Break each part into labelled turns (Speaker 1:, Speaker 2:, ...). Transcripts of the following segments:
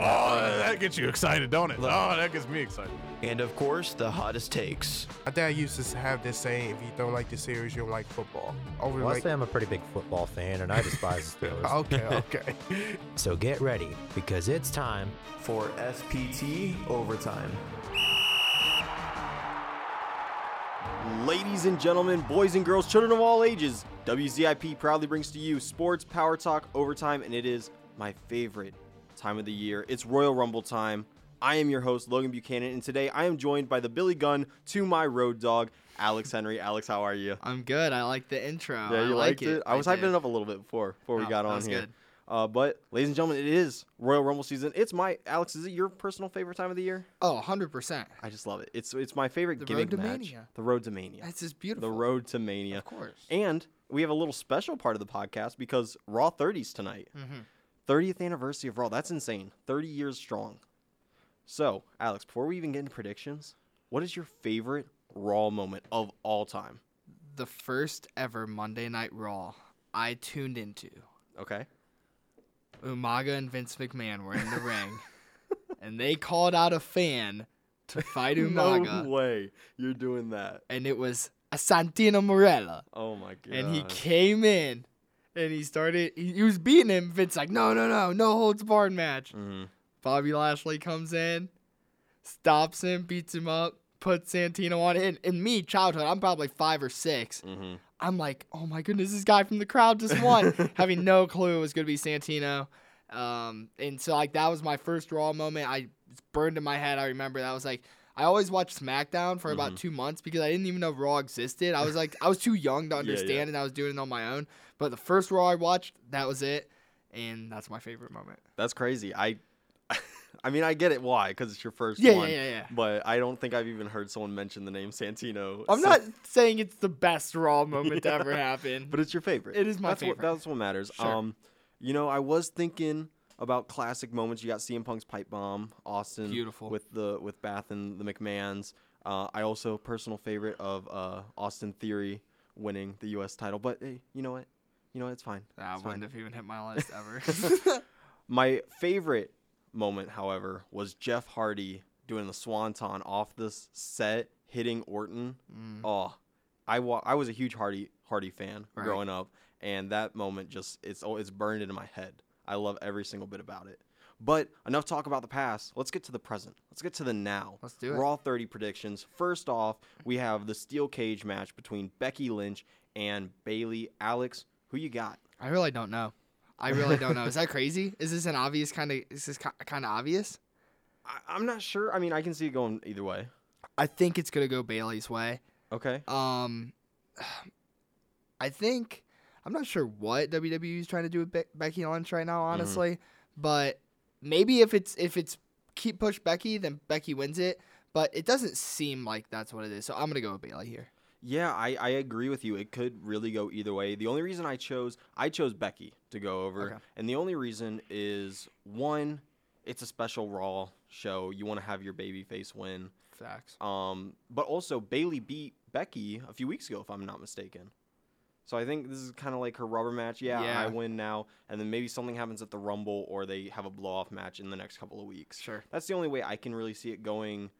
Speaker 1: Oh, that gets you excited, don't it? Oh, that gets me excited.
Speaker 2: and of course, the hottest takes.
Speaker 3: My dad used to have this saying: "If you don't like the series, you don't like football." Over
Speaker 4: Well, I
Speaker 3: like,
Speaker 4: say I'm a pretty big football fan and I despise the Steelers.
Speaker 3: okay, okay.
Speaker 4: So get ready because it's time.
Speaker 2: for SPT Overtime.
Speaker 5: Ladies and gentlemen, boys and girls, children of all ages, WZIP proudly brings to you Sports Power Talk Overtime, and it is my favorite time of the year. It's Royal Rumble time. I am your host, Logan Buchanan, and today I am joined by the Billy Gunn to my road dog, Alex Henry. Alex, how are you?
Speaker 6: I'm good. I like the intro.
Speaker 5: yeah,
Speaker 6: I
Speaker 5: you
Speaker 6: like
Speaker 5: liked it. I was hyping
Speaker 6: did.
Speaker 5: it up a little bit before before we
Speaker 6: No,
Speaker 5: got
Speaker 6: that
Speaker 5: on
Speaker 6: was
Speaker 5: here.
Speaker 6: good.
Speaker 5: Uh, but, ladies and gentlemen, it is Royal Rumble season. It's my Alex. Is it your personal favorite time of the year?
Speaker 6: Oh, 100%.
Speaker 5: I just love it. It's it's my favorite
Speaker 6: The
Speaker 5: gimmick
Speaker 6: road to
Speaker 5: match.
Speaker 6: Mania.
Speaker 5: The Road to Mania.
Speaker 6: That's just beautiful.
Speaker 5: The Road to Mania.
Speaker 6: Of course.
Speaker 5: And we have a little special part of the podcast because Raw 30s tonight.
Speaker 6: Mm-hmm.
Speaker 5: 30th anniversary of Raw. That's insane. 30 years strong. So, Alex, before we even get into predictions, what is your favorite Raw moment of all time?
Speaker 6: The first ever Monday Night Raw I tuned into.
Speaker 5: Okay.
Speaker 6: Umaga and Vince McMahon were in the ring, and they called out a fan to fight Umaga,
Speaker 5: No way. You're doing that.
Speaker 6: and it was a Santino Morella.
Speaker 5: Oh my god.
Speaker 6: And he came in, and he started. He, he was beating him. Vince like, no, no, no, no holds barred match.
Speaker 5: Mhm.
Speaker 6: Bobby Lashley comes in, stops him, beats him up, puts Santino on it. And, and me, childhood, I'm probably five or 6
Speaker 5: Mhm.
Speaker 6: I'm like, oh my goodness, this guy from the crowd just won, having no clue it was gonna be Santino. Um, and so like that was my first Raw moment. I it's burned in my head. I remember that I was like, I always watched SmackDown for about two months because I didn't even know Raw existed. I was like, I was too young to understand, and I was doing it on my own. But the first Raw I watched, that was it, and that's my favorite moment.
Speaker 5: That's crazy. I, I mean, I get it why, because it's your first
Speaker 6: Yeah, yeah,
Speaker 5: one.
Speaker 6: yeah, yeah.
Speaker 5: But I don't think I've even heard someone mention the name Santino.
Speaker 6: I'm
Speaker 5: so-
Speaker 6: not saying it's the best Raw moment to ever happen,
Speaker 5: But it's your favorite.
Speaker 6: It is my
Speaker 5: that's
Speaker 6: favorite.
Speaker 5: What, that's what matters.
Speaker 6: Sure.
Speaker 5: Um, you know, I was thinking about classic moments. You got CM Punk's pipe bomb, Austin,
Speaker 6: Beautiful.
Speaker 5: with the with Bath and the McMahon's. Uh, I also personal favorite of uh, Austin Theory winning the U.S. title. But hey, you know what? You know what? it's fine.
Speaker 6: I
Speaker 5: It's fine.
Speaker 6: wouldn't have even hit my list ever.
Speaker 5: My favorite moment, however, was Jeff Hardy doing the swanton off this set, hitting Orton. Oh, I wa- I was a huge Hardy Hardy fan
Speaker 6: Right.
Speaker 5: growing up, and that moment just it's al- it's burned into my head. I love every single bit about it. But enough talk about the past. Let's get to the present. Let's get to the now.
Speaker 6: Let's do it.
Speaker 5: Raw 30 predictions. First off, we have the steel cage match between Becky Lynch and Bailey. Alex, who you got?
Speaker 6: I really don't know. I really don't know. Is that crazy? Is this an obvious kind of? Is this kind of obvious?
Speaker 5: I- I'm not sure. I mean, I can see it going either way.
Speaker 6: I think it's gonna go Bailey's way.
Speaker 5: Okay.
Speaker 6: Um, I think I'm not sure what WWE is trying to do with Be- Becky Lynch right now, honestly. But maybe if it's if it's keep push Becky, then Becky wins it. But it doesn't seem like that's what it is. So I'm gonna go with Bailey here.
Speaker 5: Yeah, I, I agree with you. It could really go either way. The only reason I chose I chose Becky to go over,
Speaker 6: Okay.
Speaker 5: and the only reason is one, it's a special Raw show. You want to have your babyface win.
Speaker 6: Facts.
Speaker 5: Um, but also Bailey beat Becky a few weeks ago, if I'm not mistaken. So I think this is kind of like her rubber match. Yeah, I
Speaker 6: Yeah.
Speaker 5: win now, and then maybe something happens at the Rumble, or they have a blow off match in the next couple of weeks.
Speaker 6: Sure.
Speaker 5: That's the only way I can really see it going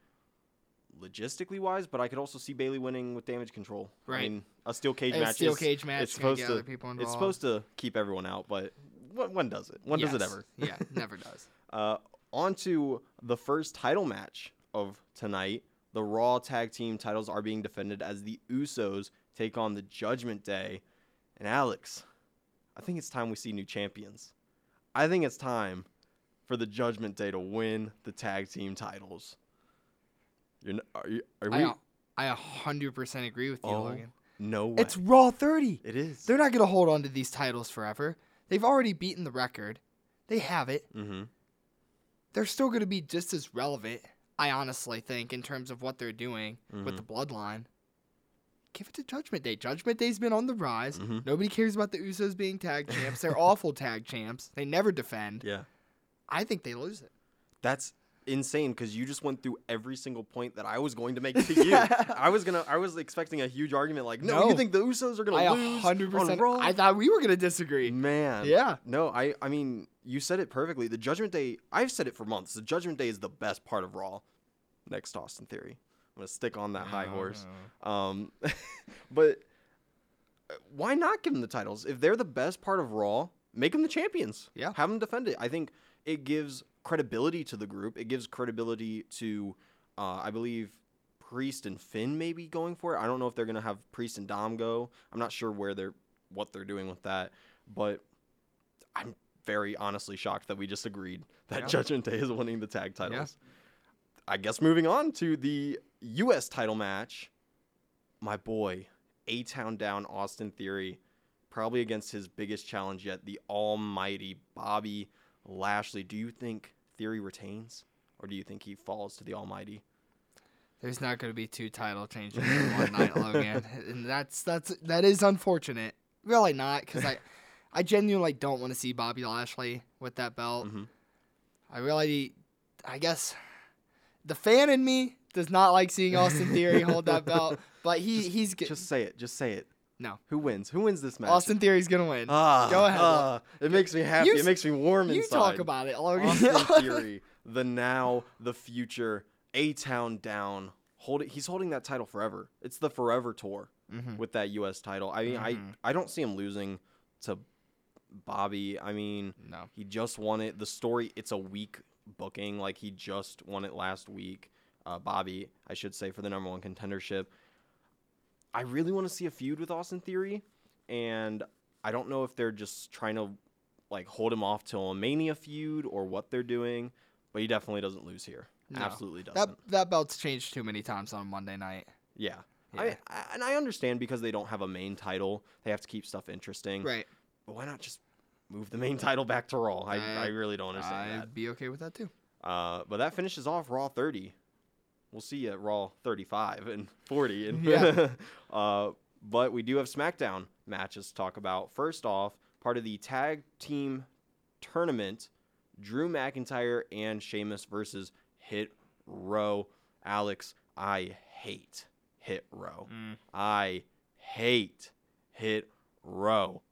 Speaker 5: logistically wise, but I could also see Bailey winning with damage control. I
Speaker 6: Right.
Speaker 5: mean, a steel cage
Speaker 6: A
Speaker 5: match.
Speaker 6: steel
Speaker 5: is-
Speaker 6: cage match
Speaker 5: It's
Speaker 6: is gonna
Speaker 5: supposed
Speaker 6: get
Speaker 5: to.
Speaker 6: other people
Speaker 5: it's
Speaker 6: involved.
Speaker 5: supposed to keep everyone out, but wh- when does it? When does it
Speaker 6: Yes.
Speaker 5: ever?
Speaker 6: yeah, never does.
Speaker 5: Uh, on to the first title match of tonight. The Raw Tag Team titles are being defended as the Usos take on the Judgment Day. And Alex, I think it's time we see new champions. I think it's time for the Judgment Day to win the tag team titles. You're n- are you, are we?
Speaker 6: I I a hundred percent agree with you,
Speaker 5: Oh,
Speaker 6: Logan.
Speaker 5: no way.
Speaker 6: It's Raw 30.
Speaker 5: it is.
Speaker 6: They're not going to hold on to these titles forever. They've already beaten the record. They have it.
Speaker 5: mm-hmm.
Speaker 6: They're still going to be just as
Speaker 5: Mm-hmm.
Speaker 6: relevant, I honestly think, in terms of what they're doing with the bloodline. give it to Judgment Day. Judgment Day's been on the rise.
Speaker 5: Mm-hmm.
Speaker 6: Nobody cares about the Usos being tag champs. They're awful tag champs. They never defend.
Speaker 5: Yeah.
Speaker 6: I think they lose it.
Speaker 5: That's insane because you just went through every single point that I was going to make to you. I was gonna, I was expecting a huge argument like, no, you
Speaker 6: No.
Speaker 5: think the Usos are gonna
Speaker 6: I
Speaker 5: lose
Speaker 6: 100%.
Speaker 5: on Raw?
Speaker 6: I thought we were going to disagree.
Speaker 5: Man,
Speaker 6: Yeah.
Speaker 5: no, I, I mean, you said it perfectly. The Judgment Day, I've said it for months. The Judgment Day is the best part of Raw. Next Austin Theory, I'm gonna stick on that
Speaker 6: Oh.
Speaker 5: high horse. Um, but uh, why not give them the titles if they're the best part of Raw? Make them the champions.
Speaker 6: Yeah.
Speaker 5: have them defend it. I think it gives credibility to the group. It gives credibility to, uh, I believe. Priest and Finn maybe going for it. I don't know if they're gonna have Priest and Dom go. I'm not sure where they're what they're doing with that, but I'm very honestly shocked that we just agreed that Judgment Day is winning the tag titles. I guess moving on to the U.S. title match, my boy, A Town Down Austin Theory, probably against his biggest challenge yet, the almighty Bobby Lashley. Do you think Theory retains, or do you think he falls to the almighty?
Speaker 6: There's not going to be two title changes in one night, Logan, and that's that's that is unfortunate. Really not, because I, I genuinely don't want to see Bobby Lashley with that belt.
Speaker 5: Mm-hmm.
Speaker 6: I really, I guess, the fan in me does not like seeing Austin Theory hold that belt, but he he's get,
Speaker 5: Just say it. Just say it.
Speaker 6: No.
Speaker 5: Who wins? Who wins this match?
Speaker 6: Austin Theory's gonna win.
Speaker 5: Ah,
Speaker 6: Go ahead. Logan.
Speaker 5: ah, it makes me happy.
Speaker 6: You
Speaker 5: it
Speaker 6: s-
Speaker 5: makes me warm
Speaker 6: you
Speaker 5: inside.
Speaker 6: talk about it, Logan.
Speaker 5: Austin Theory, the now, the future, A Town down. Hold it. He's holding that title forever. It's the forever tour with that U.S. title. I mean, I I don't see him losing to Bobby. I mean,
Speaker 6: No.
Speaker 5: he just won it. The story. It's a week booking. Like he just won it last week. Uh, Bobby, I should say, for the number one contendership. I really want to see a feud with Austin Theory, and I don't know if they're just trying to like hold him off till a Mania feud or what they're doing, but he definitely doesn't lose here. Absolutely
Speaker 6: that
Speaker 5: doesn't.
Speaker 6: that belt's changed too many times on Monday night.
Speaker 5: Yeah. I, I, and I understand because they don't have a main title, they have to keep stuff interesting.
Speaker 6: Right.
Speaker 5: But why not just move the main title back to Raw? I, I,
Speaker 6: I-
Speaker 5: really don't understand that.
Speaker 6: I'd be okay with that too.
Speaker 5: Uh, but that finishes off Raw 30. We'll see you at Raw 35 and 40. And
Speaker 6: Yeah.
Speaker 5: uh, but we do have SmackDown matches to talk about. First off, part of the tag team tournament, Drew McIntyre and Sheamus versus Hit Row. Alex, I hate Hit Row.
Speaker 6: Mm.
Speaker 5: I hate Hit Row.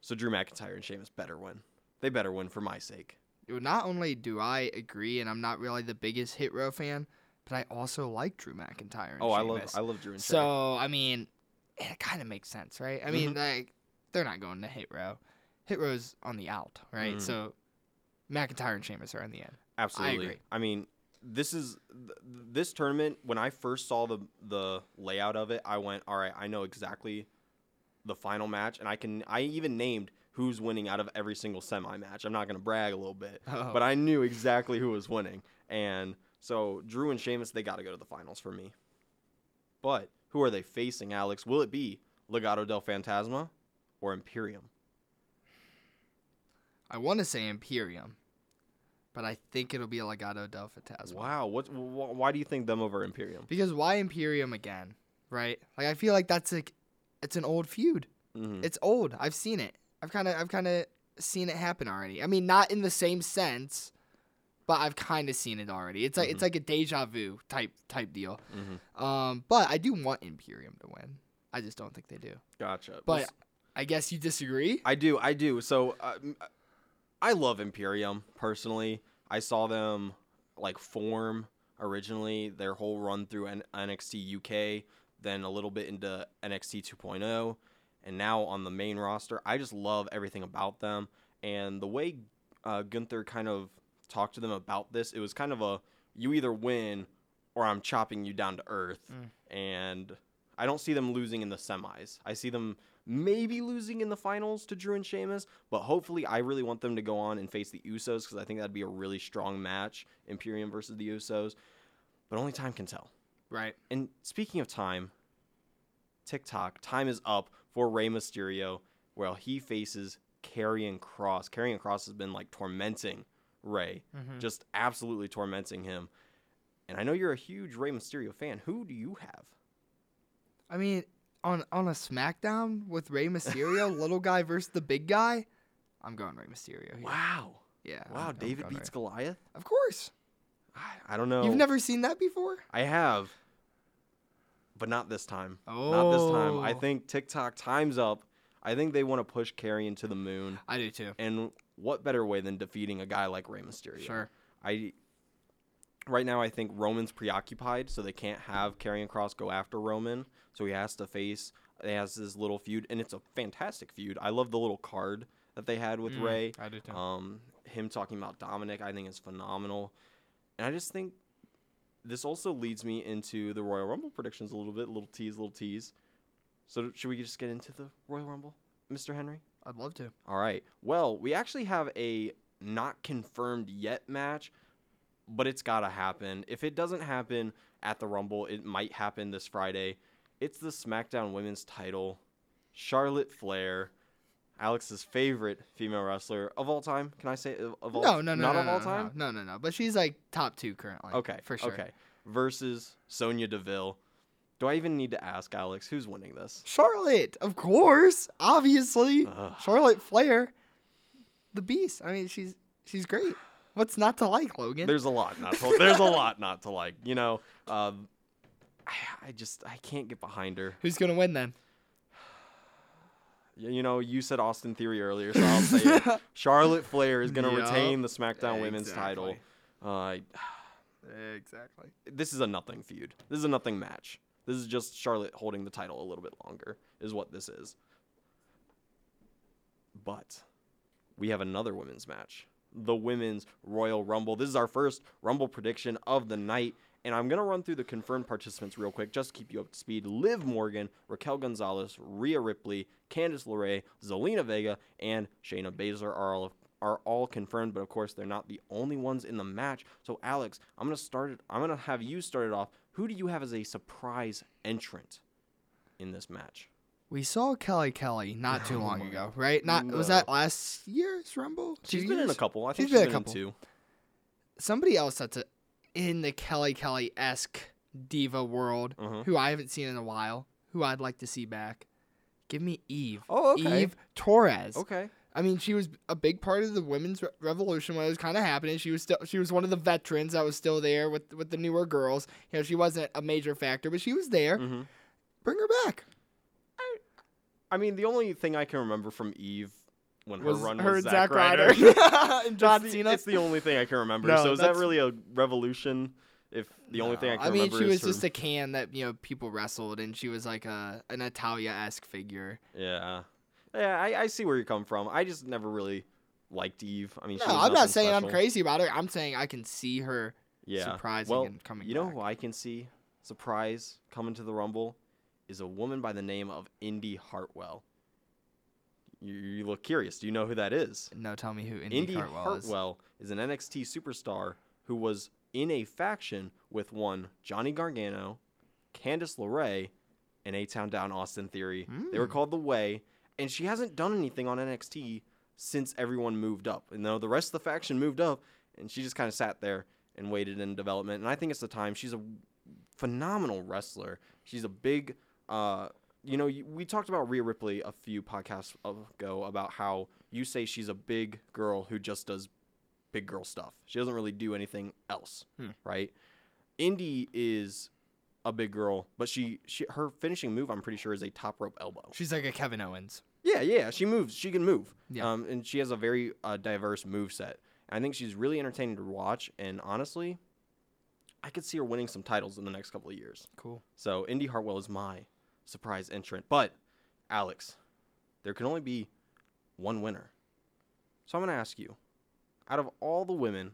Speaker 5: So Drew McIntyre and Sheamus better win. They better win for my sake.
Speaker 6: not only do I agree, and I'm not really the biggest Hit Row fan, but I also like Drew McIntyre. And
Speaker 5: Oh, I love
Speaker 6: Sheamus.
Speaker 5: I love Drew and Sheamus. Mm-hmm.
Speaker 6: So I mean, it kind of makes sense, right? I mean, like they're not going to Hit Row. Hit Row's on the out, right?
Speaker 5: Mm-hmm.
Speaker 6: So McIntyre and Sheamus are in the end.
Speaker 5: Absolutely. I,
Speaker 6: agree.
Speaker 5: mean, this is th- th- this tournament. When I first saw the the layout of it, I went, "All right, I know exactly the final match," and I can. I even named who's winning out of every single semi match. I'm not gonna brag a little bit,
Speaker 6: Oh.
Speaker 5: but I knew exactly who was winning. And so Drew and Sheamus, they got to go to the finals for me. But who are they facing, Alex? Will it be Legado del Fantasma or Imperium?
Speaker 6: I want to say Imperium, but I think it'll be Legado del Fantasma.
Speaker 5: Wow, what? Wh- wh- why do you think them over Imperium?
Speaker 6: Because why Imperium again, right? Like I feel like that's like it's an old feud.
Speaker 5: Mhm.
Speaker 6: It's old. I've seen it. I've kind of I've kind of seen it happen already. I mean, not in the same sense, but I've kind of seen it already. It's like
Speaker 5: Mm-hmm.
Speaker 6: it's like a deja vu type type deal. Um, but I do want Imperium to win. I just don't think they do.
Speaker 5: Gotcha. We'll
Speaker 6: But I guess you disagree.
Speaker 5: I do, I do. So uh, m- I love Imperium personally. I saw them like form originally their whole run through N- NXT UK, then a little bit into NXT 2.0, oh, and now on the main roster. I just love everything about them and the way uh, Gunther kind of talked to them about this. It was kind of a you either win or I'm chopping you down to earth. And I don't see them losing in the semis. I see them maybe losing in the finals to Drew and Sheamus, but hopefully I really want them to go on and face the Usos because I think that'd be a really strong match, Imperium versus the Usos. But only time can tell.
Speaker 6: Right.
Speaker 5: And speaking of time, TikTok, time is up for Rey Mysterio. Well, he faces Karrion Cross. Karrion Cross has been like tormenting Rey, just absolutely tormenting him. And I know you're a huge Rey Mysterio fan. Who do you have?
Speaker 6: I mean, on on a SmackDown with Rey Mysterio, little guy versus the big guy. I'm going Rey Mysterio. Here.
Speaker 5: Wow.
Speaker 6: Yeah. I'm-
Speaker 5: Wow,
Speaker 6: I'm
Speaker 5: David
Speaker 6: going
Speaker 5: beats
Speaker 6: Rey.
Speaker 5: Goliath?
Speaker 6: Of course.
Speaker 5: I- I don't know.
Speaker 6: You've never seen that before.
Speaker 5: I have. But not this time. Not this time. I
Speaker 6: Oh.
Speaker 5: think TikTok time's up. I think they want to push Carrion to the moon.
Speaker 6: I do too.
Speaker 5: And what better way than defeating a guy like Rey Mysterio?
Speaker 6: Sure.
Speaker 5: I right now I think Roman's preoccupied, so they can't have Karrion Cross go after Roman. So he has to face he has this little feud and it's a fantastic feud. I love the little card that they had with Ray.
Speaker 6: Mm, do too.
Speaker 5: Um him talking about Dominic I think is phenomenal. And I just think this also leads me into the Royal Rumble predictions a little bit, little tease, little tease. So should we just get into the Royal Rumble, Mr. Henry?
Speaker 6: I'd love to.
Speaker 5: All right. Well, we actually have a not confirmed yet match, but it's got to happen. If it doesn't happen at the Rumble, it might happen this Friday. It's the SmackDown Women's title. Charlotte Flair, Alex's favorite female wrestler of all time. Can I say of, of all
Speaker 6: No, no,
Speaker 5: not
Speaker 6: no, no,
Speaker 5: of
Speaker 6: no,
Speaker 5: all
Speaker 6: no,
Speaker 5: time?
Speaker 6: No, no, no. But she's like top two currently.
Speaker 5: Okay.
Speaker 6: for sure.
Speaker 5: Okay. Versus Sonya Deville. Do I even need to ask Alex who's winning this?
Speaker 6: Charlotte, of course, obviously.
Speaker 5: Ugh.
Speaker 6: Charlotte Flair, the beast. I mean, she's she's great. What's not to like, Logan?
Speaker 5: There's a lot not to. There's a lot not to like. You know, um, I, I just I can't get behind her.
Speaker 6: Who's gonna win then?
Speaker 5: Y- You know, you said Austin Theory earlier, so I'll say it. Charlotte Flair is going to
Speaker 6: Yup.
Speaker 5: retain the SmackDown Women's title.
Speaker 6: Exactly.
Speaker 5: Uh,
Speaker 6: Exactly.
Speaker 5: this is a nothing feud. This is a nothing match. This is just Charlotte holding the title a little bit longer, is what this is. But we have another women's match the women's Royal Rumble. This is our first Rumble prediction of the night. And I'm going to run through the confirmed participants real quick just to keep you up to speed. Liv Morgan, Raquel Gonzalez, Rhea Ripley, Candice LeRae, Zelina Vega, and Shayna Baszler are all, are all confirmed, but of course they're not the only ones in the match. So Alex, I'm going to start it. I'm going to have you start it off. Who do you have as a surprise entrant in this match?
Speaker 6: We saw Kelly Kelly not
Speaker 5: Oh
Speaker 6: too long ago, right? Not was that last year's Rumble?
Speaker 5: She's
Speaker 6: Two
Speaker 5: been in a
Speaker 6: years?
Speaker 5: couple. I think
Speaker 6: She's been
Speaker 5: been
Speaker 6: a couple.
Speaker 5: in two.
Speaker 6: Somebody else that's a, in the Kelly Kelly esque diva world,
Speaker 5: Mhm.
Speaker 6: who I haven't seen in a while, who I'd like to see back. Give me Eve.
Speaker 5: Oh, okay.
Speaker 6: Eve Torres.
Speaker 5: Okay.
Speaker 6: I mean, she was a big part of the women's re- revolution when it was kind of happening. She was still she was one of the veterans that was still there with with the newer girls. You know, she wasn't a major factor, but she was there.
Speaker 5: Mhm.
Speaker 6: Bring her back.
Speaker 5: I mean, the only thing I can remember from Eve when her
Speaker 6: Was
Speaker 5: run
Speaker 6: her
Speaker 5: was
Speaker 6: Zack
Speaker 5: Zack Ryder.
Speaker 6: Ryder.
Speaker 5: It's
Speaker 6: And John
Speaker 5: the-
Speaker 6: Cena.
Speaker 5: It's the only thing I can remember.
Speaker 6: No,
Speaker 5: so is that
Speaker 6: that's-
Speaker 5: really a revolution? If the only thing I can
Speaker 6: I mean,
Speaker 5: remember
Speaker 6: she was
Speaker 5: is
Speaker 6: just
Speaker 5: her,
Speaker 6: a can that you know people wrestled, and she was like a an Italia esque figure.
Speaker 5: yeah, yeah. I, I see where you come from. I just never really liked Eve. I mean,
Speaker 6: No,
Speaker 5: she was
Speaker 6: I'm
Speaker 5: nothing
Speaker 6: not saying
Speaker 5: special.
Speaker 6: I'm crazy about her. I'm saying I can see her.
Speaker 5: Yeah,
Speaker 6: surprising
Speaker 5: well,
Speaker 6: and coming
Speaker 5: You know
Speaker 6: back.
Speaker 5: who I can see surprise coming to the Rumble is a woman by the name of Indy Hartwell. You, you look curious. Do you know who that is?
Speaker 6: No, tell me who Indy,
Speaker 5: Indy
Speaker 6: Hartwell, is.
Speaker 5: Hartwell is. an NXT superstar who was in a faction with one Johnny Gargano, Candice LeRae, and A Town Down Austin Theory. They were called The Way, and she hasn't done anything on NXT since everyone moved up. And though the rest of the faction moved up, and she just kind of sat there and waited in development. And I think it's the time. She's a phenomenal wrestler. She's a big, uh, you know, you- we talked about Rhea Ripley a few podcasts ago about how you say she's a big girl who just does big girl stuff. She doesn't really do anything else,
Speaker 6: Hmm.
Speaker 5: right? Indy is a big girl, but she, she her finishing move, I'm pretty sure, is a top rope elbow.
Speaker 6: She's like a Kevin Owens.
Speaker 5: Yeah, yeah, she moves. She can move.
Speaker 6: Yeah.
Speaker 5: Um, and she has a very uh, diverse move set. I think she's really entertaining to watch. And honestly, I could see her winning some titles in the next couple of years.
Speaker 6: Cool.
Speaker 5: So Indy Hartwell is my surprise entrant. But Alex, there can only be one winner. So I'm going to ask you, out of all the women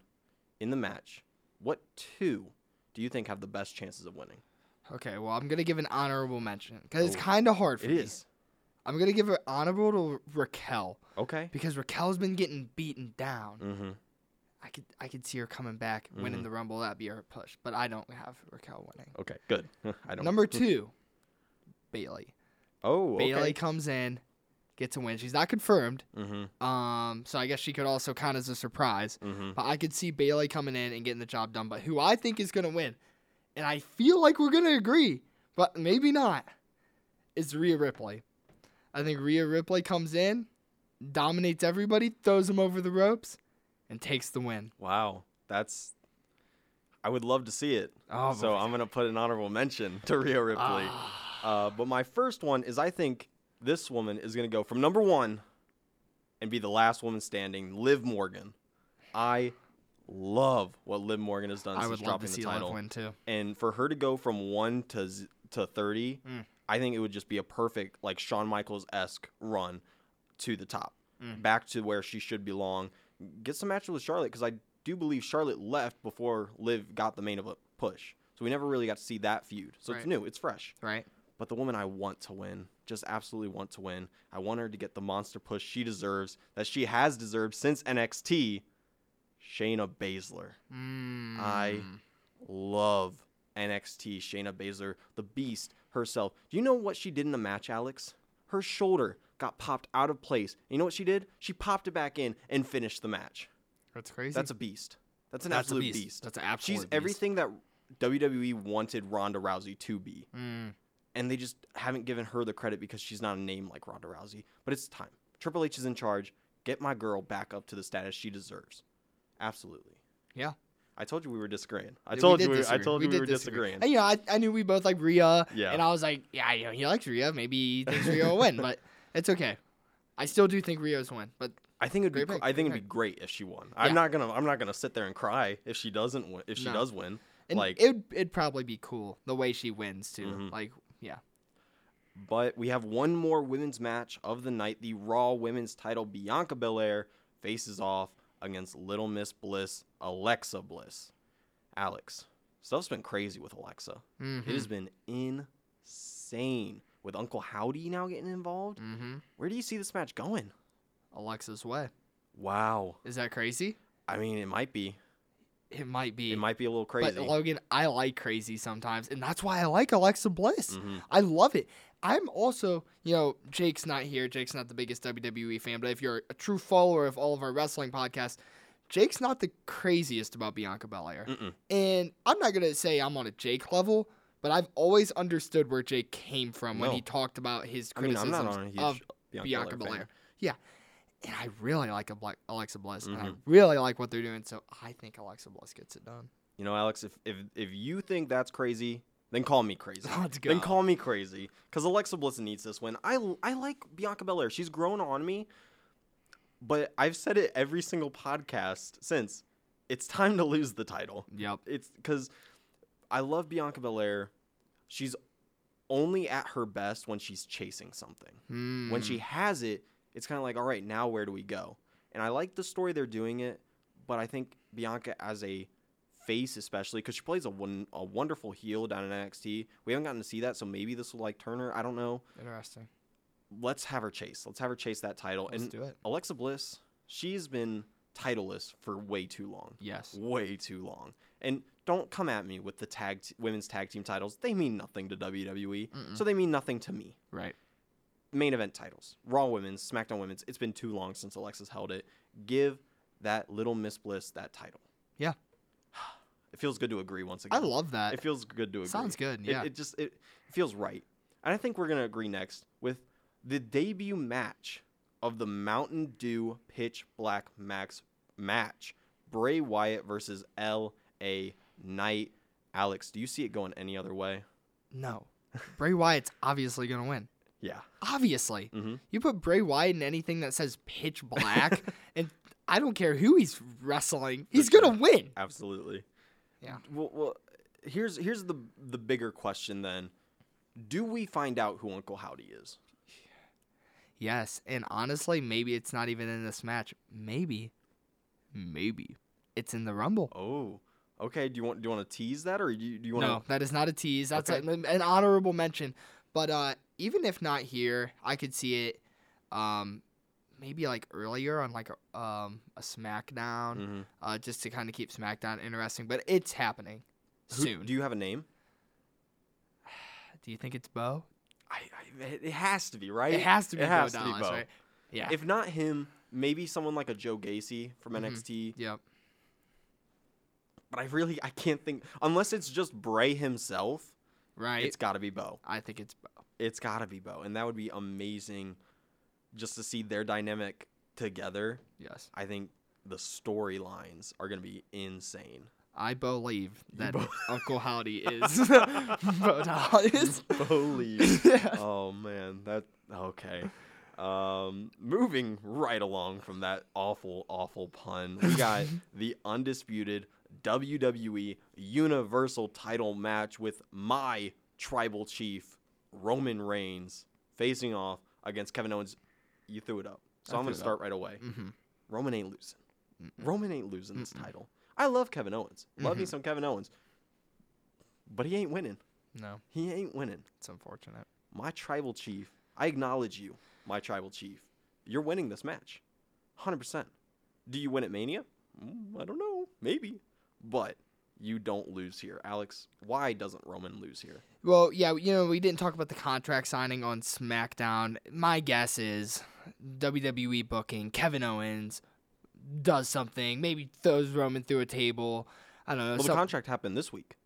Speaker 5: in the match, what two do you think have the best chances of winning?
Speaker 6: Okay, well, I'm gonna give an honorable mention because it's kind of hard for
Speaker 5: It
Speaker 6: me.
Speaker 5: is.
Speaker 6: I'm gonna give an honorable to Raquel
Speaker 5: Okay.
Speaker 6: because Raquel's been getting beaten down.
Speaker 5: Mm-hmm.
Speaker 6: I could I could see her coming back, winning the Rumble. That'd be her push. But I don't have Raquel winning.
Speaker 5: Okay. Good. I don't.
Speaker 6: Number two, Bailey.
Speaker 5: Oh. Okay.
Speaker 6: Bailey comes in, gets a win. She's not confirmed,
Speaker 5: Mm-hmm.
Speaker 6: um, so I guess she could also count as a surprise.
Speaker 5: Mm-hmm.
Speaker 6: But I could see Bailey coming in and getting the job done. But who I think is gonna win, and I feel like we're gonna agree, but maybe not, is Rhea Ripley. I think Rhea Ripley comes in, dominates everybody, throws them over the ropes, and takes the win.
Speaker 5: Wow, that's. I would love to see it.
Speaker 6: Oh, Ah.
Speaker 5: so
Speaker 6: boy.
Speaker 5: I'm gonna put an honorable mention to Rhea Ripley. Uh, but my first one is I think this woman is gonna go from number one, and be the last woman standing. Liv Morgan. I love what Liv Morgan has done
Speaker 6: I
Speaker 5: since
Speaker 6: would love
Speaker 5: dropping
Speaker 6: to see
Speaker 5: the title.
Speaker 6: Liv win too.
Speaker 5: and for her to go from one to z- to thirty, I think it would just be a perfect like Shawn Michaels esque run to the top, back to where she should belong. Get some matches with Charlotte because I do believe Charlotte left before Liv got the main of a push, so we never really got to see that feud. So
Speaker 6: Right.
Speaker 5: it's new, it's fresh.
Speaker 6: Right?
Speaker 5: But the woman I want to win, just absolutely want to win. I want her to get the monster push she deserves that she has deserved since NXT. Shayna Baszler. I love NXT Shayna Baszler, the beast herself. Do you know what she did in the match, Alex? Her shoulder got popped out of place. You know what she did? She popped it back in and finished the match.
Speaker 6: That's crazy.
Speaker 5: That's a beast. That's an
Speaker 6: That's a
Speaker 5: absolute
Speaker 6: beast.
Speaker 5: beast.
Speaker 6: That's an absolute
Speaker 5: She's
Speaker 6: beast.
Speaker 5: everything that WWE wanted Ronda Rousey to be.
Speaker 6: Mm.
Speaker 5: And they just haven't given her the credit because she's not a name like Ronda Rousey. But it's time. Triple H is in charge. Get my girl back up to the status she deserves. Absolutely.
Speaker 6: yeah.
Speaker 5: I told you we were disagreeing. I
Speaker 6: We
Speaker 5: told
Speaker 6: did
Speaker 5: you. We, I
Speaker 6: disagree.
Speaker 5: told you we
Speaker 6: did
Speaker 5: were
Speaker 6: disagree.
Speaker 5: disagreeing.
Speaker 6: And, you know, I, I knew we both like Rhea.
Speaker 5: Yeah.
Speaker 6: And I was like, yeah, you know, he likes Rhea. Maybe he thinks Rhea will win, but it's okay. I still do think Rhea's win, but
Speaker 5: I think it'd be.
Speaker 6: Great pick,
Speaker 5: I think
Speaker 6: great
Speaker 5: it'd be great if she won. I'm
Speaker 6: Yeah.
Speaker 5: not gonna. I'm not gonna sit there and cry if she doesn't. Win, if she
Speaker 6: No.
Speaker 5: does win,
Speaker 6: and
Speaker 5: like. Mm-hmm.
Speaker 6: it would it'd probably be cool the way she wins too. Like, yeah.
Speaker 5: but we have one more women's match of the night. The Raw Women's Title. Bianca Belair faces off against Little Miss Bliss, Alexa Bliss. Alex, stuff's been crazy with Alexa.
Speaker 6: Mm-hmm.
Speaker 5: It
Speaker 6: Mhm.
Speaker 5: has been insane with Uncle Howdy now getting involved.
Speaker 6: Mhm.
Speaker 5: Where do you see this match going?
Speaker 6: Alexa's way.
Speaker 5: Wow.
Speaker 6: Is that crazy?
Speaker 5: I mean, it might be.
Speaker 6: It might be.
Speaker 5: It might be a little crazy.
Speaker 6: But Logan, I like crazy sometimes, and that's why I like Alexa Bliss.
Speaker 5: Mhm.
Speaker 6: I love it. I'm also, you know, Jake's not here. Jake's not the biggest WWE fan, but if you're a true follower of all of our wrestling podcasts, Jake's not the craziest about Bianca Belair.
Speaker 5: Mm-mm.
Speaker 6: And I'm not gonna say I'm on a Jake level, but I've always understood where Jake came from when
Speaker 5: No.
Speaker 6: he talked about his
Speaker 5: I mean,
Speaker 6: criticisms
Speaker 5: I'm not on a huge
Speaker 6: of
Speaker 5: Bianca,
Speaker 6: Bianca
Speaker 5: Belair.
Speaker 6: Belair.
Speaker 5: fan.
Speaker 6: Yeah. And I really like Abla- Alexa Bliss, and I
Speaker 5: Mhm.
Speaker 6: really like what they're doing. So I think Alexa Bliss gets it done.
Speaker 5: You know, Alex, if, if if you think that's crazy, then call me crazy.
Speaker 6: Let's
Speaker 5: Then
Speaker 6: go.
Speaker 5: call me crazy, because Alexa Bliss needs this win. I l- I like Bianca Belair. She's grown on me, but I've said it every single podcast since. It's time to lose the title.
Speaker 6: Yep.
Speaker 5: It's because I love Bianca Belair. She's only at her best when she's chasing something. When
Speaker 6: Mm.
Speaker 5: she has it, it's kind of like, all right, now where do we go? And I like the story they're doing it, but I think Bianca as a face, especially because she plays a, won- a wonderful heel down in NXT, we haven't gotten to see that, so maybe this will like turn her. I don't know.
Speaker 6: Interesting.
Speaker 5: Let's have her chase. Let's have her chase that title.
Speaker 6: Let's
Speaker 5: and
Speaker 6: do it.
Speaker 5: Alexa Bliss, she's been titleless for way too long
Speaker 6: Yes.
Speaker 5: way too long. And don't come at me with the tag t- women's tag team titles. They mean nothing to WWE, so they mean nothing to me.
Speaker 6: Right.
Speaker 5: Main event titles, Raw Women's, SmackDown Women's. It's been too long since Alexa's held it. Give that little Miss Bliss that title.
Speaker 6: Yeah.
Speaker 5: It feels good to agree once again.
Speaker 6: I love that.
Speaker 5: It feels good to agree.
Speaker 6: Sounds good,
Speaker 5: It-
Speaker 6: yeah.
Speaker 5: It, just it feels right. And I think we're gonna agree next with the debut match of the Mountain Dew Pitch Black Max match: Bray Wyatt versus L.A. Knight. Alex, do you see it going any other way?
Speaker 6: no. Bray Wyatt's obviously going to win.
Speaker 5: Yeah.
Speaker 6: Obviously.
Speaker 5: Mhm.
Speaker 6: You put Bray Wyatt in anything that says pitch black, and I don't care who he's wrestling, he's
Speaker 5: sure.
Speaker 6: going to win.
Speaker 5: Absolutely.
Speaker 6: Yeah.
Speaker 5: Well, well, here's here's the the bigger question then: Do we find out who Uncle Howdy is?
Speaker 6: Yes. And honestly, maybe it's not even in this match. Maybe. Maybe. It's in the Rumble.
Speaker 5: Oh, okay. Do you want do you want to tease that, or do you, do you want
Speaker 6: No, that is not a tease. That's
Speaker 5: Okay.
Speaker 6: a- an honorable mention. But uh, even if not here, I could see it um, maybe like earlier on like a, um, a SmackDown,
Speaker 5: Mhm.
Speaker 6: uh, just to kind of keep SmackDown interesting. But it's happening
Speaker 5: Who-
Speaker 6: soon.
Speaker 5: Do you have a name?
Speaker 6: Do you think it's Bo?
Speaker 5: I, I it- it has to be right.
Speaker 6: It has to be
Speaker 5: It has
Speaker 6: Bo
Speaker 5: to be
Speaker 6: Dallas,
Speaker 5: Bo.
Speaker 6: right? Yeah. Mm-hmm.
Speaker 5: If not him, maybe someone like a Joe Gacy from NXT.
Speaker 6: yep.
Speaker 5: But I really I can't think unless it's just Bray himself.
Speaker 6: Right.
Speaker 5: It's got to be Bo.
Speaker 6: I think it's Bo.
Speaker 5: It's got to be Bo. And that would be amazing just to see their dynamic together.
Speaker 6: Yes.
Speaker 5: I think the storylines are going to be insane.
Speaker 6: I believe that Uncle Howdy is Bo Dallas.
Speaker 5: Believe. Oh man, that okay. Um, moving right along from that awful, awful pun, we got the undisputed WWE Universal Title match with my tribal chief Roman Reigns facing off against Kevin Owens. You threw it up, Mm-hmm. so I'm gonna start right away. Roman ain't losing. Roman ain't losing this title. I love Kevin Owens. Love me some Kevin Owens, but he ain't winning.
Speaker 6: No,
Speaker 5: He ain't winning
Speaker 6: it's unfortunate.
Speaker 5: my tribal chief, I acknowledge you, my tribal chief. You're winning this match. 100%. Do you win at Mania? Mm, I don't know. Maybe. But you don't lose here. Alex, why doesn't Roman lose here?
Speaker 6: Well, yeah, you know, we didn't talk about the contract signing on SmackDown. My guess is WWE booking Kevin Owens does something, maybe throws Roman through a table. I don't know.
Speaker 5: Well, the
Speaker 6: some-
Speaker 5: contract happened this week.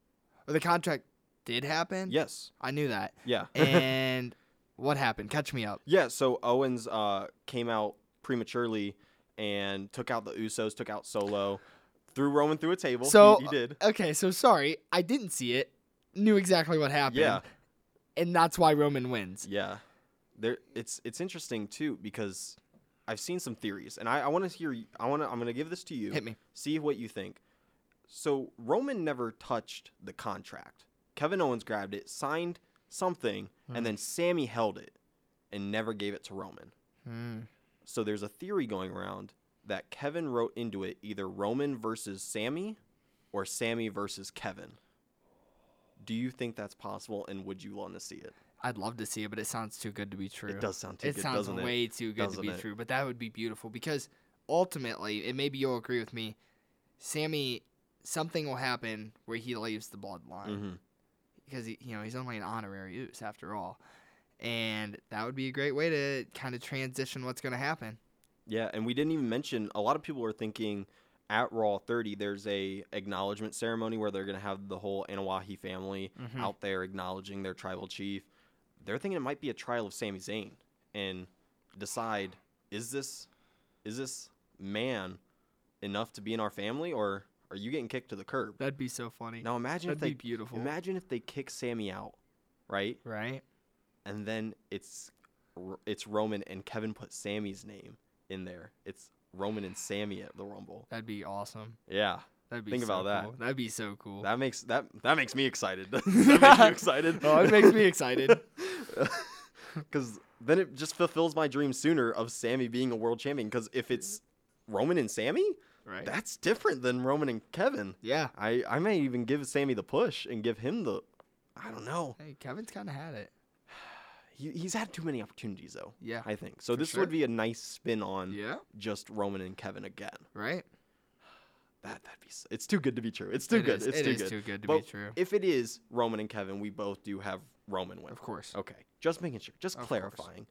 Speaker 6: or the contract did happen.
Speaker 5: Yes.
Speaker 6: I knew that.
Speaker 5: Yeah.
Speaker 6: and what happened? Catch me up.
Speaker 5: Yeah, so Owens uh, came out prematurely and took out the Usos, took out Solo, threw Roman through a table. He-
Speaker 6: so
Speaker 5: he, did.
Speaker 6: Okay, so sorry, I didn't see it. Knew exactly what happened.
Speaker 5: Yeah.
Speaker 6: And that's why Roman wins.
Speaker 5: Yeah, there. It's it's interesting too because I've seen some theories, and I, I want to hear. y- I want to. I'm going to give this to you.
Speaker 6: Hit me.
Speaker 5: See what you think. So Roman never touched the contract. Kevin Owens grabbed it, signed something,
Speaker 6: Hmm.
Speaker 5: and then Sammy held it and never gave it to Roman.
Speaker 6: Hmm.
Speaker 5: So there's a theory going around that Kevin wrote into it either Roman versus Sammy or Sammy versus Kevin. Do you think that's possible and would you want to see it?
Speaker 6: I'd love to see it, but it sounds too good to be true.
Speaker 5: does sound too
Speaker 6: it
Speaker 5: good,
Speaker 6: sounds
Speaker 5: doesn't it?
Speaker 6: way too good to
Speaker 5: Doesn't
Speaker 6: be
Speaker 5: it?
Speaker 6: true, but that would be beautiful because ultimately, and maybe you'll agree with me, Sammy, something will happen where he leaves the bloodline
Speaker 5: Mm-hmm.
Speaker 6: because he, you know he's only an honorary use after all, and that would be a great way to kind of transition what's going to happen.
Speaker 5: Yeah, and we didn't even mention a lot of people are thinking at Raw 30 there's a acknowledgement ceremony where they're going to have the whole Anawahi family
Speaker 6: Mm-hmm.
Speaker 5: out there acknowledging their tribal chief. They're thinking it might be a trial of Sami Zayn and decide is this is this man enough to be in our family or are you getting kicked to the curb?
Speaker 6: That'd be so funny.
Speaker 5: Now imagine if they
Speaker 6: that'd be beautiful.
Speaker 5: imagine if they kick Sammy out, right?
Speaker 6: right?
Speaker 5: and then it's R- it's Roman and Kevin put Sammy's name in there. It's Roman and Sammy at the Rumble.
Speaker 6: That'd be awesome.
Speaker 5: Yeah,
Speaker 6: That'd be
Speaker 5: Think
Speaker 6: so
Speaker 5: about that.
Speaker 6: cool. That'd be so cool.
Speaker 5: that makes that that makes me excited. Does that makes you excited.
Speaker 6: oh, it makes me excited.
Speaker 5: because then it just fulfills my dream sooner of Sammy being a world champion. Because if it's Roman and Sammy,
Speaker 6: Right.
Speaker 5: that's different than Roman and Kevin.
Speaker 6: yeah.
Speaker 5: I I may even give Sammy the push and give him the. I don't know.
Speaker 6: Hey, Kevin's kind of had it.
Speaker 5: He, he's had too many opportunities though.
Speaker 6: Yeah,
Speaker 5: I think so.
Speaker 6: for
Speaker 5: This
Speaker 6: sure.
Speaker 5: would be a nice spin on
Speaker 6: Yeah.
Speaker 5: just Roman and Kevin again.
Speaker 6: Right?
Speaker 5: That that'd be. s- It's too good to be true. It's too
Speaker 6: It
Speaker 5: good.
Speaker 6: is-
Speaker 5: It's
Speaker 6: it
Speaker 5: too
Speaker 6: is
Speaker 5: good.
Speaker 6: too good to be
Speaker 5: but
Speaker 6: true.
Speaker 5: If it is Roman and Kevin, we both do have Roman win.
Speaker 6: Of course.
Speaker 5: Okay. Just making sure. Just clarifying.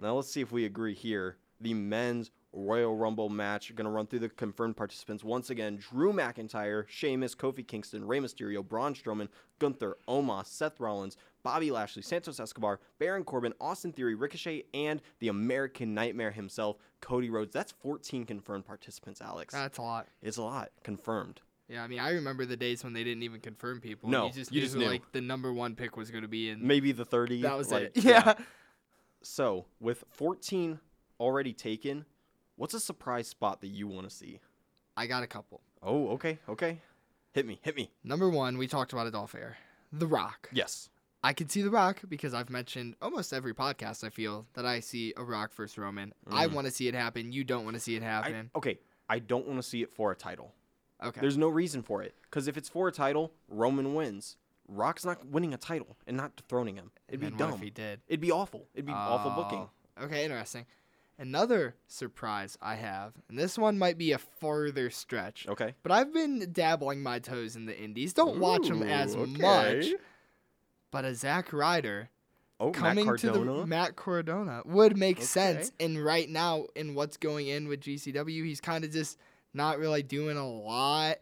Speaker 5: Now let's see if we agree here. The men's Royal Rumble match. Going to run through the confirmed participants once again. Drew McIntyre, Sheamus, Kofi Kingston, Rey Mysterio, Braun Strowman, Gunther, Omos, Seth Rollins, Bobby Lashley, Santos Escobar, Baron Corbin, Austin Theory, Ricochet, and the American Nightmare himself, Cody Rhodes. That's 14 confirmed participants, Alex.
Speaker 6: That's a lot.
Speaker 5: It's a lot. Confirmed.
Speaker 6: Yeah, I mean, I remember the days when they didn't even confirm people.
Speaker 5: No,
Speaker 6: you just
Speaker 5: you
Speaker 6: knew
Speaker 5: just
Speaker 6: who,
Speaker 5: knew.
Speaker 6: like the number one pick was going to be, and
Speaker 5: Maybe the 30.
Speaker 6: that was
Speaker 5: like,
Speaker 6: it. Yeah.
Speaker 5: So, with 14 already taken, what's a surprise spot that you want to see?
Speaker 6: I got a couple.
Speaker 5: Oh, okay. Okay. Hit me. Hit me.
Speaker 6: Number one, we talked about it off air. The Rock.
Speaker 5: Yes.
Speaker 6: I can see The Rock because I've mentioned almost every podcast. I feel that I see a Rock versus Roman. I want to see it happen. You don't want to see it
Speaker 5: Mm. I-
Speaker 6: happen.
Speaker 5: okay. I don't want to see it for a title.
Speaker 6: okay.
Speaker 5: There's no reason for it. Because if it's for a title, Roman wins. Rock's not winning a title and not dethroning him. It'd be
Speaker 6: And then what
Speaker 5: dumb.
Speaker 6: if he did?
Speaker 5: It'd be awful. It'd be awful booking.
Speaker 6: Oh, Okay, interesting. Another surprise I have, and this one might be a further stretch.
Speaker 5: Okay.
Speaker 6: But I've been dabbling my toes in the indies. Don't watch them as
Speaker 5: Ooh,
Speaker 6: much.
Speaker 5: okay.
Speaker 6: But a Zack Ryder
Speaker 5: Oh,
Speaker 6: coming
Speaker 5: Matt
Speaker 6: to the
Speaker 5: Cardona.
Speaker 6: Matt Cardona would make sense.
Speaker 5: Okay.
Speaker 6: And right now, in what's going in with GCW, he's kind of just not really doing a lot.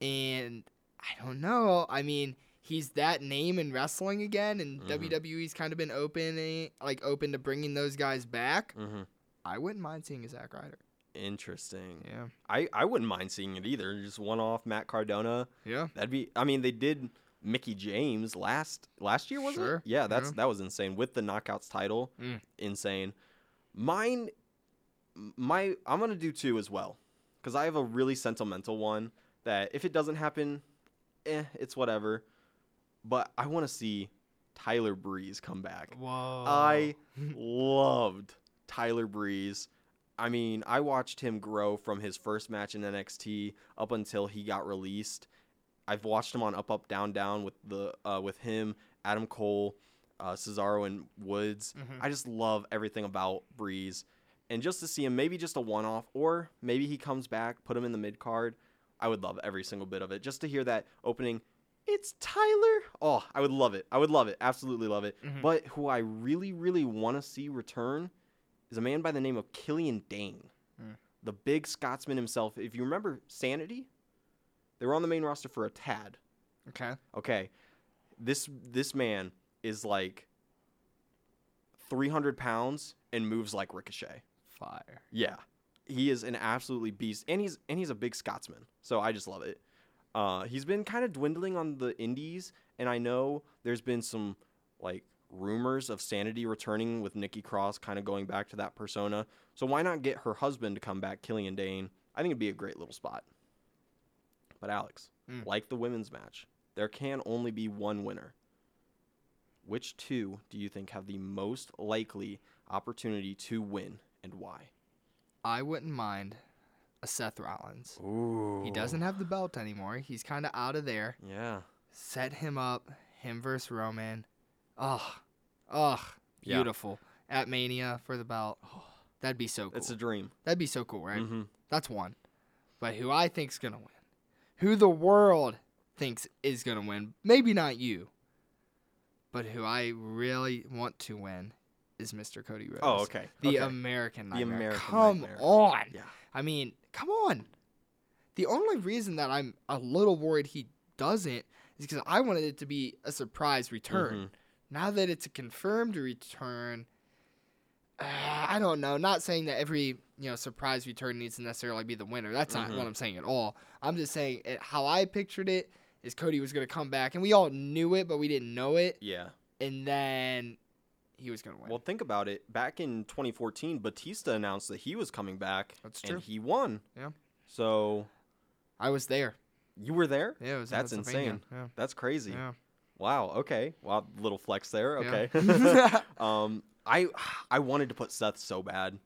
Speaker 6: And I don't know. I mean, he's that name in wrestling again, and
Speaker 5: Mm-hmm.
Speaker 6: WWE's kind of been opening like open to bringing those guys back.
Speaker 5: Mhm.
Speaker 6: I wouldn't mind seeing a Zack Ryder.
Speaker 5: Interesting.
Speaker 6: Yeah,
Speaker 5: I, I wouldn't mind seeing it either. Just one off Matt Cardona.
Speaker 6: yeah.
Speaker 5: That'd be. I mean, they did Mickey James last last year, was it?
Speaker 6: Sure,
Speaker 5: Yeah, that's
Speaker 6: yeah.
Speaker 5: that was insane with the knockouts title.
Speaker 6: Mm.
Speaker 5: Insane. Mine, my I'm gonna do two as well, because I have a really sentimental one that if it doesn't happen, eh, it's whatever. But I want to see Tyler Breeze come back.
Speaker 6: Whoa.
Speaker 5: I loved Tyler Breeze. I mean, I watched him grow from his first match in NXT up until he got released. I've watched him on Up Up Down Down with the uh, with him, Adam Cole, uh, Cesaro, and Woods. I just love everything about Breeze, and just to see him, maybe just a one off, or maybe he comes back, put him in the mid card. I would love every single bit of it. Just to hear that opening, it's Tyler. Oh, I would love it. I would love it. Absolutely love it. But who I really, really want to see return is a man by the name of Killian Dane, the big Scotsman himself. If you remember Sanity, they were on the main roster for a tad.
Speaker 6: okay.
Speaker 5: Okay, this this man is like 300 pounds and moves like Ricochet.
Speaker 6: Fire.
Speaker 5: Yeah, he is an absolutely beast, and he's and he's a big Scotsman. So I just love it. Uh, he's been kind of dwindling on the Indies, and I know there's been some like rumors of Sanity returning with Nikki Cross, kind of going back to that persona. So why not get her husband to come back, Killian Dane? I think it'd be a great little spot. But Alex, like the women's match, there can only be one winner. Which two do you think have the most likely opportunity to win, and why?
Speaker 6: I wouldn't mind a Seth Rollins. He doesn't have the belt anymore. He's kind of out of there.
Speaker 5: Yeah.
Speaker 6: Set him up. Him versus Roman. Ugh. Ugh.
Speaker 5: Yeah.
Speaker 6: Beautiful. At Mania for the belt. That'd be so cool.
Speaker 5: It's a dream.
Speaker 6: That'd be so cool, right?
Speaker 5: Mhm.
Speaker 6: That's one. But who I think's gonna win? Who the world thinks is gonna win? Maybe not you. But who I really want to win is Mr. Cody Rhodes.
Speaker 5: Oh, okay.
Speaker 6: The
Speaker 5: okay.
Speaker 6: American Nightmare.
Speaker 5: American
Speaker 6: come
Speaker 5: Nightmare.
Speaker 6: on.
Speaker 5: Yeah.
Speaker 6: I mean, come on. The only reason that I'm a little worried he doesn't is because I wanted it to be a surprise return.
Speaker 5: Mm-hmm.
Speaker 6: Now that it's a confirmed return, uh, I don't know. Not saying that every you know surprise return needs to necessarily be the winner. That's not
Speaker 5: Mm-hmm.
Speaker 6: what I'm saying at all. I'm just saying it, how I pictured it is Cody was going to come back, and we all knew it, but we didn't know it,
Speaker 5: Yeah.
Speaker 6: and then he was going to win.
Speaker 5: Well, think about it. Back in 2014, Batista announced that he was coming back.
Speaker 6: That's true.
Speaker 5: And he won.
Speaker 6: Yeah.
Speaker 5: So
Speaker 6: I was there.
Speaker 5: you were there?
Speaker 6: Yeah, it was in
Speaker 5: That's
Speaker 6: Pennsylvania.
Speaker 5: insane.
Speaker 6: Yeah.
Speaker 5: That's crazy.
Speaker 6: Yeah.
Speaker 5: Wow. Okay. Wow. Little flex there.
Speaker 6: Yeah.
Speaker 5: Okay. um, I I wanted to put Seth so bad,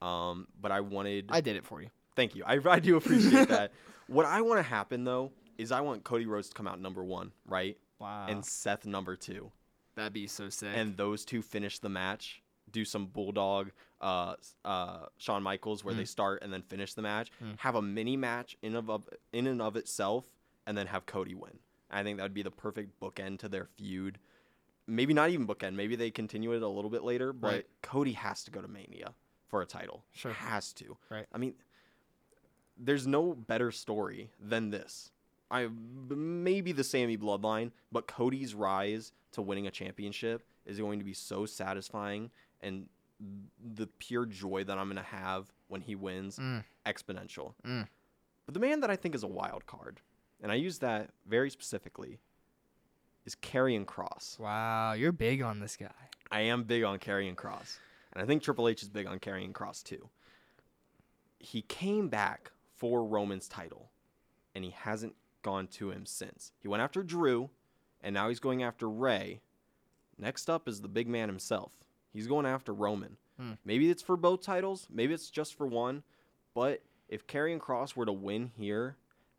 Speaker 5: um, but I wanted.
Speaker 6: I did it for you.
Speaker 5: Thank you. I, I do appreciate that. What I want to happen though is I want Cody Rhodes to come out number one, right?
Speaker 6: Wow.
Speaker 5: And Seth number two.
Speaker 6: That'd be so sick.
Speaker 5: and those two finish the match, do some bulldog uh s- uh Shawn Michaels where they
Speaker 6: Mm.
Speaker 5: start and then finish the match, have a mini match in of of- in and of itself, and then have Cody win. I think that would be the perfect bookend to their feud. Maybe not even bookend. Maybe they continue it a little bit later, but
Speaker 6: Right.
Speaker 5: Cody has to go to Mania for a title.
Speaker 6: Sure.
Speaker 5: Has to.
Speaker 6: Right.
Speaker 5: I mean, there's no better story than this. I maybe the Sammy bloodline, but Cody's rise to winning a championship is going to be so satisfying and the pure joy that I'm going to have when he wins
Speaker 6: Mm.
Speaker 5: exponential. But the man that I think is a wild card, and I use that very specifically, is Karrion Cross.
Speaker 6: wow, you're big on this guy.
Speaker 5: I am big on Karrion Cross, and I think Triple H is big on Karrion Cross too. He came back for Roman's title, and he hasn't gone to him since. He went after Drew, and now he's going after Ray. Next up is the big man himself. He's going after Roman.
Speaker 6: Hmm.
Speaker 5: Maybe it's for both titles, maybe it's just for one, but if Karrion Cross were to win here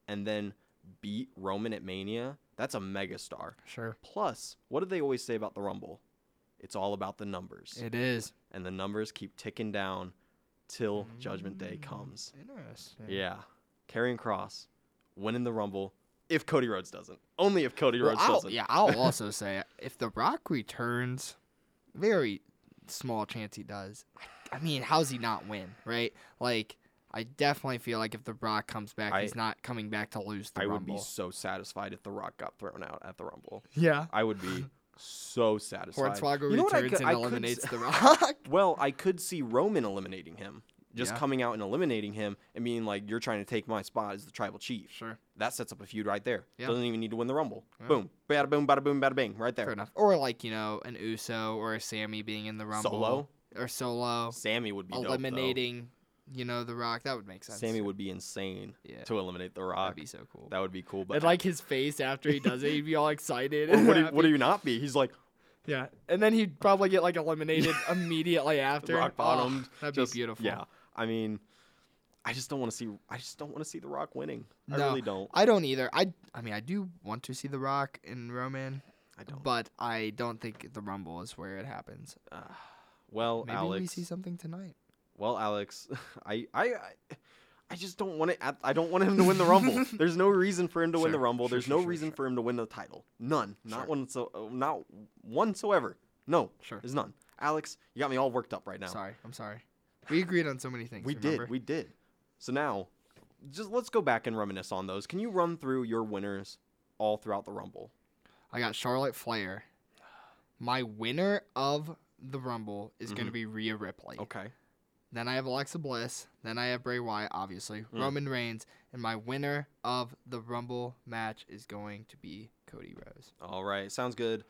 Speaker 5: and then beat Roman at Mania, that's a megastar.
Speaker 6: Sure.
Speaker 5: Plus, what do they always say about the Rumble? It's all about the numbers.
Speaker 6: It is.
Speaker 5: and the numbers keep ticking down till Judgment Day comes.
Speaker 6: Interesting.
Speaker 5: Yeah. Karrion Cross winning the Rumble if Cody Rhodes doesn't. Only if Cody Rhodes
Speaker 6: I'll,
Speaker 5: doesn't.
Speaker 6: yeah, I'll also say if The Rock returns, very small chance he does. I, I mean, how's he not win, right? Like, I definitely feel like if The Rock comes back,
Speaker 5: I-
Speaker 6: he's not coming back to lose the
Speaker 5: I would
Speaker 6: Rumble.
Speaker 5: be so satisfied if The Rock got thrown out at the Rumble.
Speaker 6: yeah.
Speaker 5: I would be so satisfied.
Speaker 6: Hornswoggle
Speaker 5: You know what I
Speaker 6: returns
Speaker 5: could-
Speaker 6: and
Speaker 5: I could
Speaker 6: eliminates
Speaker 5: s-
Speaker 6: The Rock.
Speaker 5: Well, I could see Roman eliminating him. Just
Speaker 6: Yeah.
Speaker 5: coming out and eliminating him and being like, you're trying to take my spot as the tribal chief.
Speaker 6: Sure.
Speaker 5: That sets up a feud right there.
Speaker 6: Yeah.
Speaker 5: Doesn't even need to win the Rumble. Boom. Bada boom, bada boom, bada bing. Right there.
Speaker 6: Fair enough. Or like you know an Uso or a Sammy being in the Rumble.
Speaker 5: Solo?
Speaker 6: or solo
Speaker 5: Sammy would be dope, though.
Speaker 6: eliminating. you know The Rock. That would make sense.
Speaker 5: Sammy would be insane
Speaker 6: Yeah.
Speaker 5: to eliminate The Rock.
Speaker 6: That'd be so cool.
Speaker 5: That would be cool. But
Speaker 6: and like his face after he does it, he'd be all excited.
Speaker 5: what,
Speaker 6: and
Speaker 5: do you,
Speaker 6: happy.
Speaker 5: what do you not be? He's like
Speaker 6: Yeah, and then he'd probably get like eliminated immediately after.
Speaker 5: rock
Speaker 6: Oh,
Speaker 5: bottomed.
Speaker 6: that'd
Speaker 5: just-
Speaker 6: be beautiful.
Speaker 5: Yeah. I mean, I just don't want to see. I just don't want to see The Rock winning. I
Speaker 6: No,
Speaker 5: really don't.
Speaker 6: I don't either. I I mean I do want to see The Rock and Roman,
Speaker 5: I don't.
Speaker 6: but I don't think the Rumble is where it happens.
Speaker 5: well,
Speaker 6: Maybe
Speaker 5: Alex.
Speaker 6: we see something tonight.
Speaker 5: Well, Alex, I I I- I just don't want it. I- I don't want him to win the Rumble. There's no reason for him to win the
Speaker 6: Sure,
Speaker 5: Rumble.
Speaker 6: sure,
Speaker 5: There's
Speaker 6: sure,
Speaker 5: no
Speaker 6: sure,
Speaker 5: reason
Speaker 6: sure.
Speaker 5: for him to win the title. None. Not
Speaker 6: Sure.
Speaker 5: one so uh, not one so ever. No.
Speaker 6: Sure.
Speaker 5: There's none. Alex, you got me all worked up right now.
Speaker 6: Sorry, I'm sorry. We agreed on so many things.
Speaker 5: We
Speaker 6: remember?
Speaker 5: did. We did. So now, just let's go back and reminisce on those. Can you run through your winners all throughout the Rumble?
Speaker 6: I got Charlotte Flair. My winner of the Rumble is going to be Rhea Ripley.
Speaker 5: Mm-hmm. Okay.
Speaker 6: Then I have Alexa Bliss. Then I have Bray Wyatt, obviously. Roman Reigns. And my winner of the Rumble match is going to be Cody Rose.
Speaker 5: All right. Sounds good.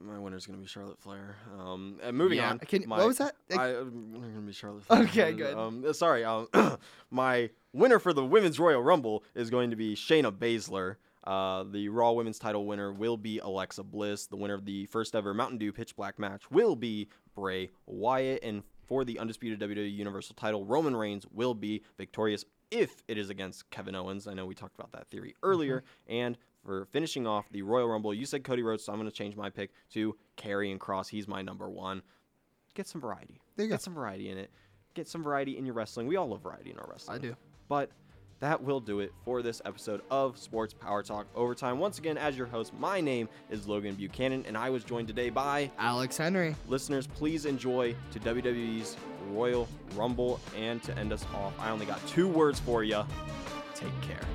Speaker 5: My winner's gonna be Charlotte Flair. Um, and moving
Speaker 6: Yeah,
Speaker 5: on.
Speaker 6: can- what
Speaker 5: my-
Speaker 6: was that? Ex-
Speaker 5: I, am gonna be Charlotte. Flair.
Speaker 6: Okay, good.
Speaker 5: Um, uh, sorry. Um, my winner for the Women's Royal Rumble is going to be Shayna Baszler. Uh, the Raw Women's Title winner will be Alexa Bliss. The winner of the first ever Mountain Dew Pitch Black match will be Bray Wyatt. And for the undisputed WWE Universal Title, Roman Reigns will be victorious if it is against Kevin Owens. I know we talked about that theory
Speaker 6: Mm-hmm.
Speaker 5: earlier. And for finishing off the Royal Rumble, you said Cody Rhodes, so I'm going to change my pick to and Cross. He's my number one get some variety.
Speaker 6: There you
Speaker 5: get
Speaker 6: go.
Speaker 5: some variety in it. Get some variety in your wrestling. We all love variety in our wrestling.
Speaker 6: do.
Speaker 5: But that will do it for this episode of Sports Power Talk Overtime. Once again, as your host, my name is Logan Buchanan, and I was joined today by
Speaker 6: Alex Henry.
Speaker 5: listeners. Please enjoy to WWE's Royal Rumble. And to end us off, I only got two words for you take care.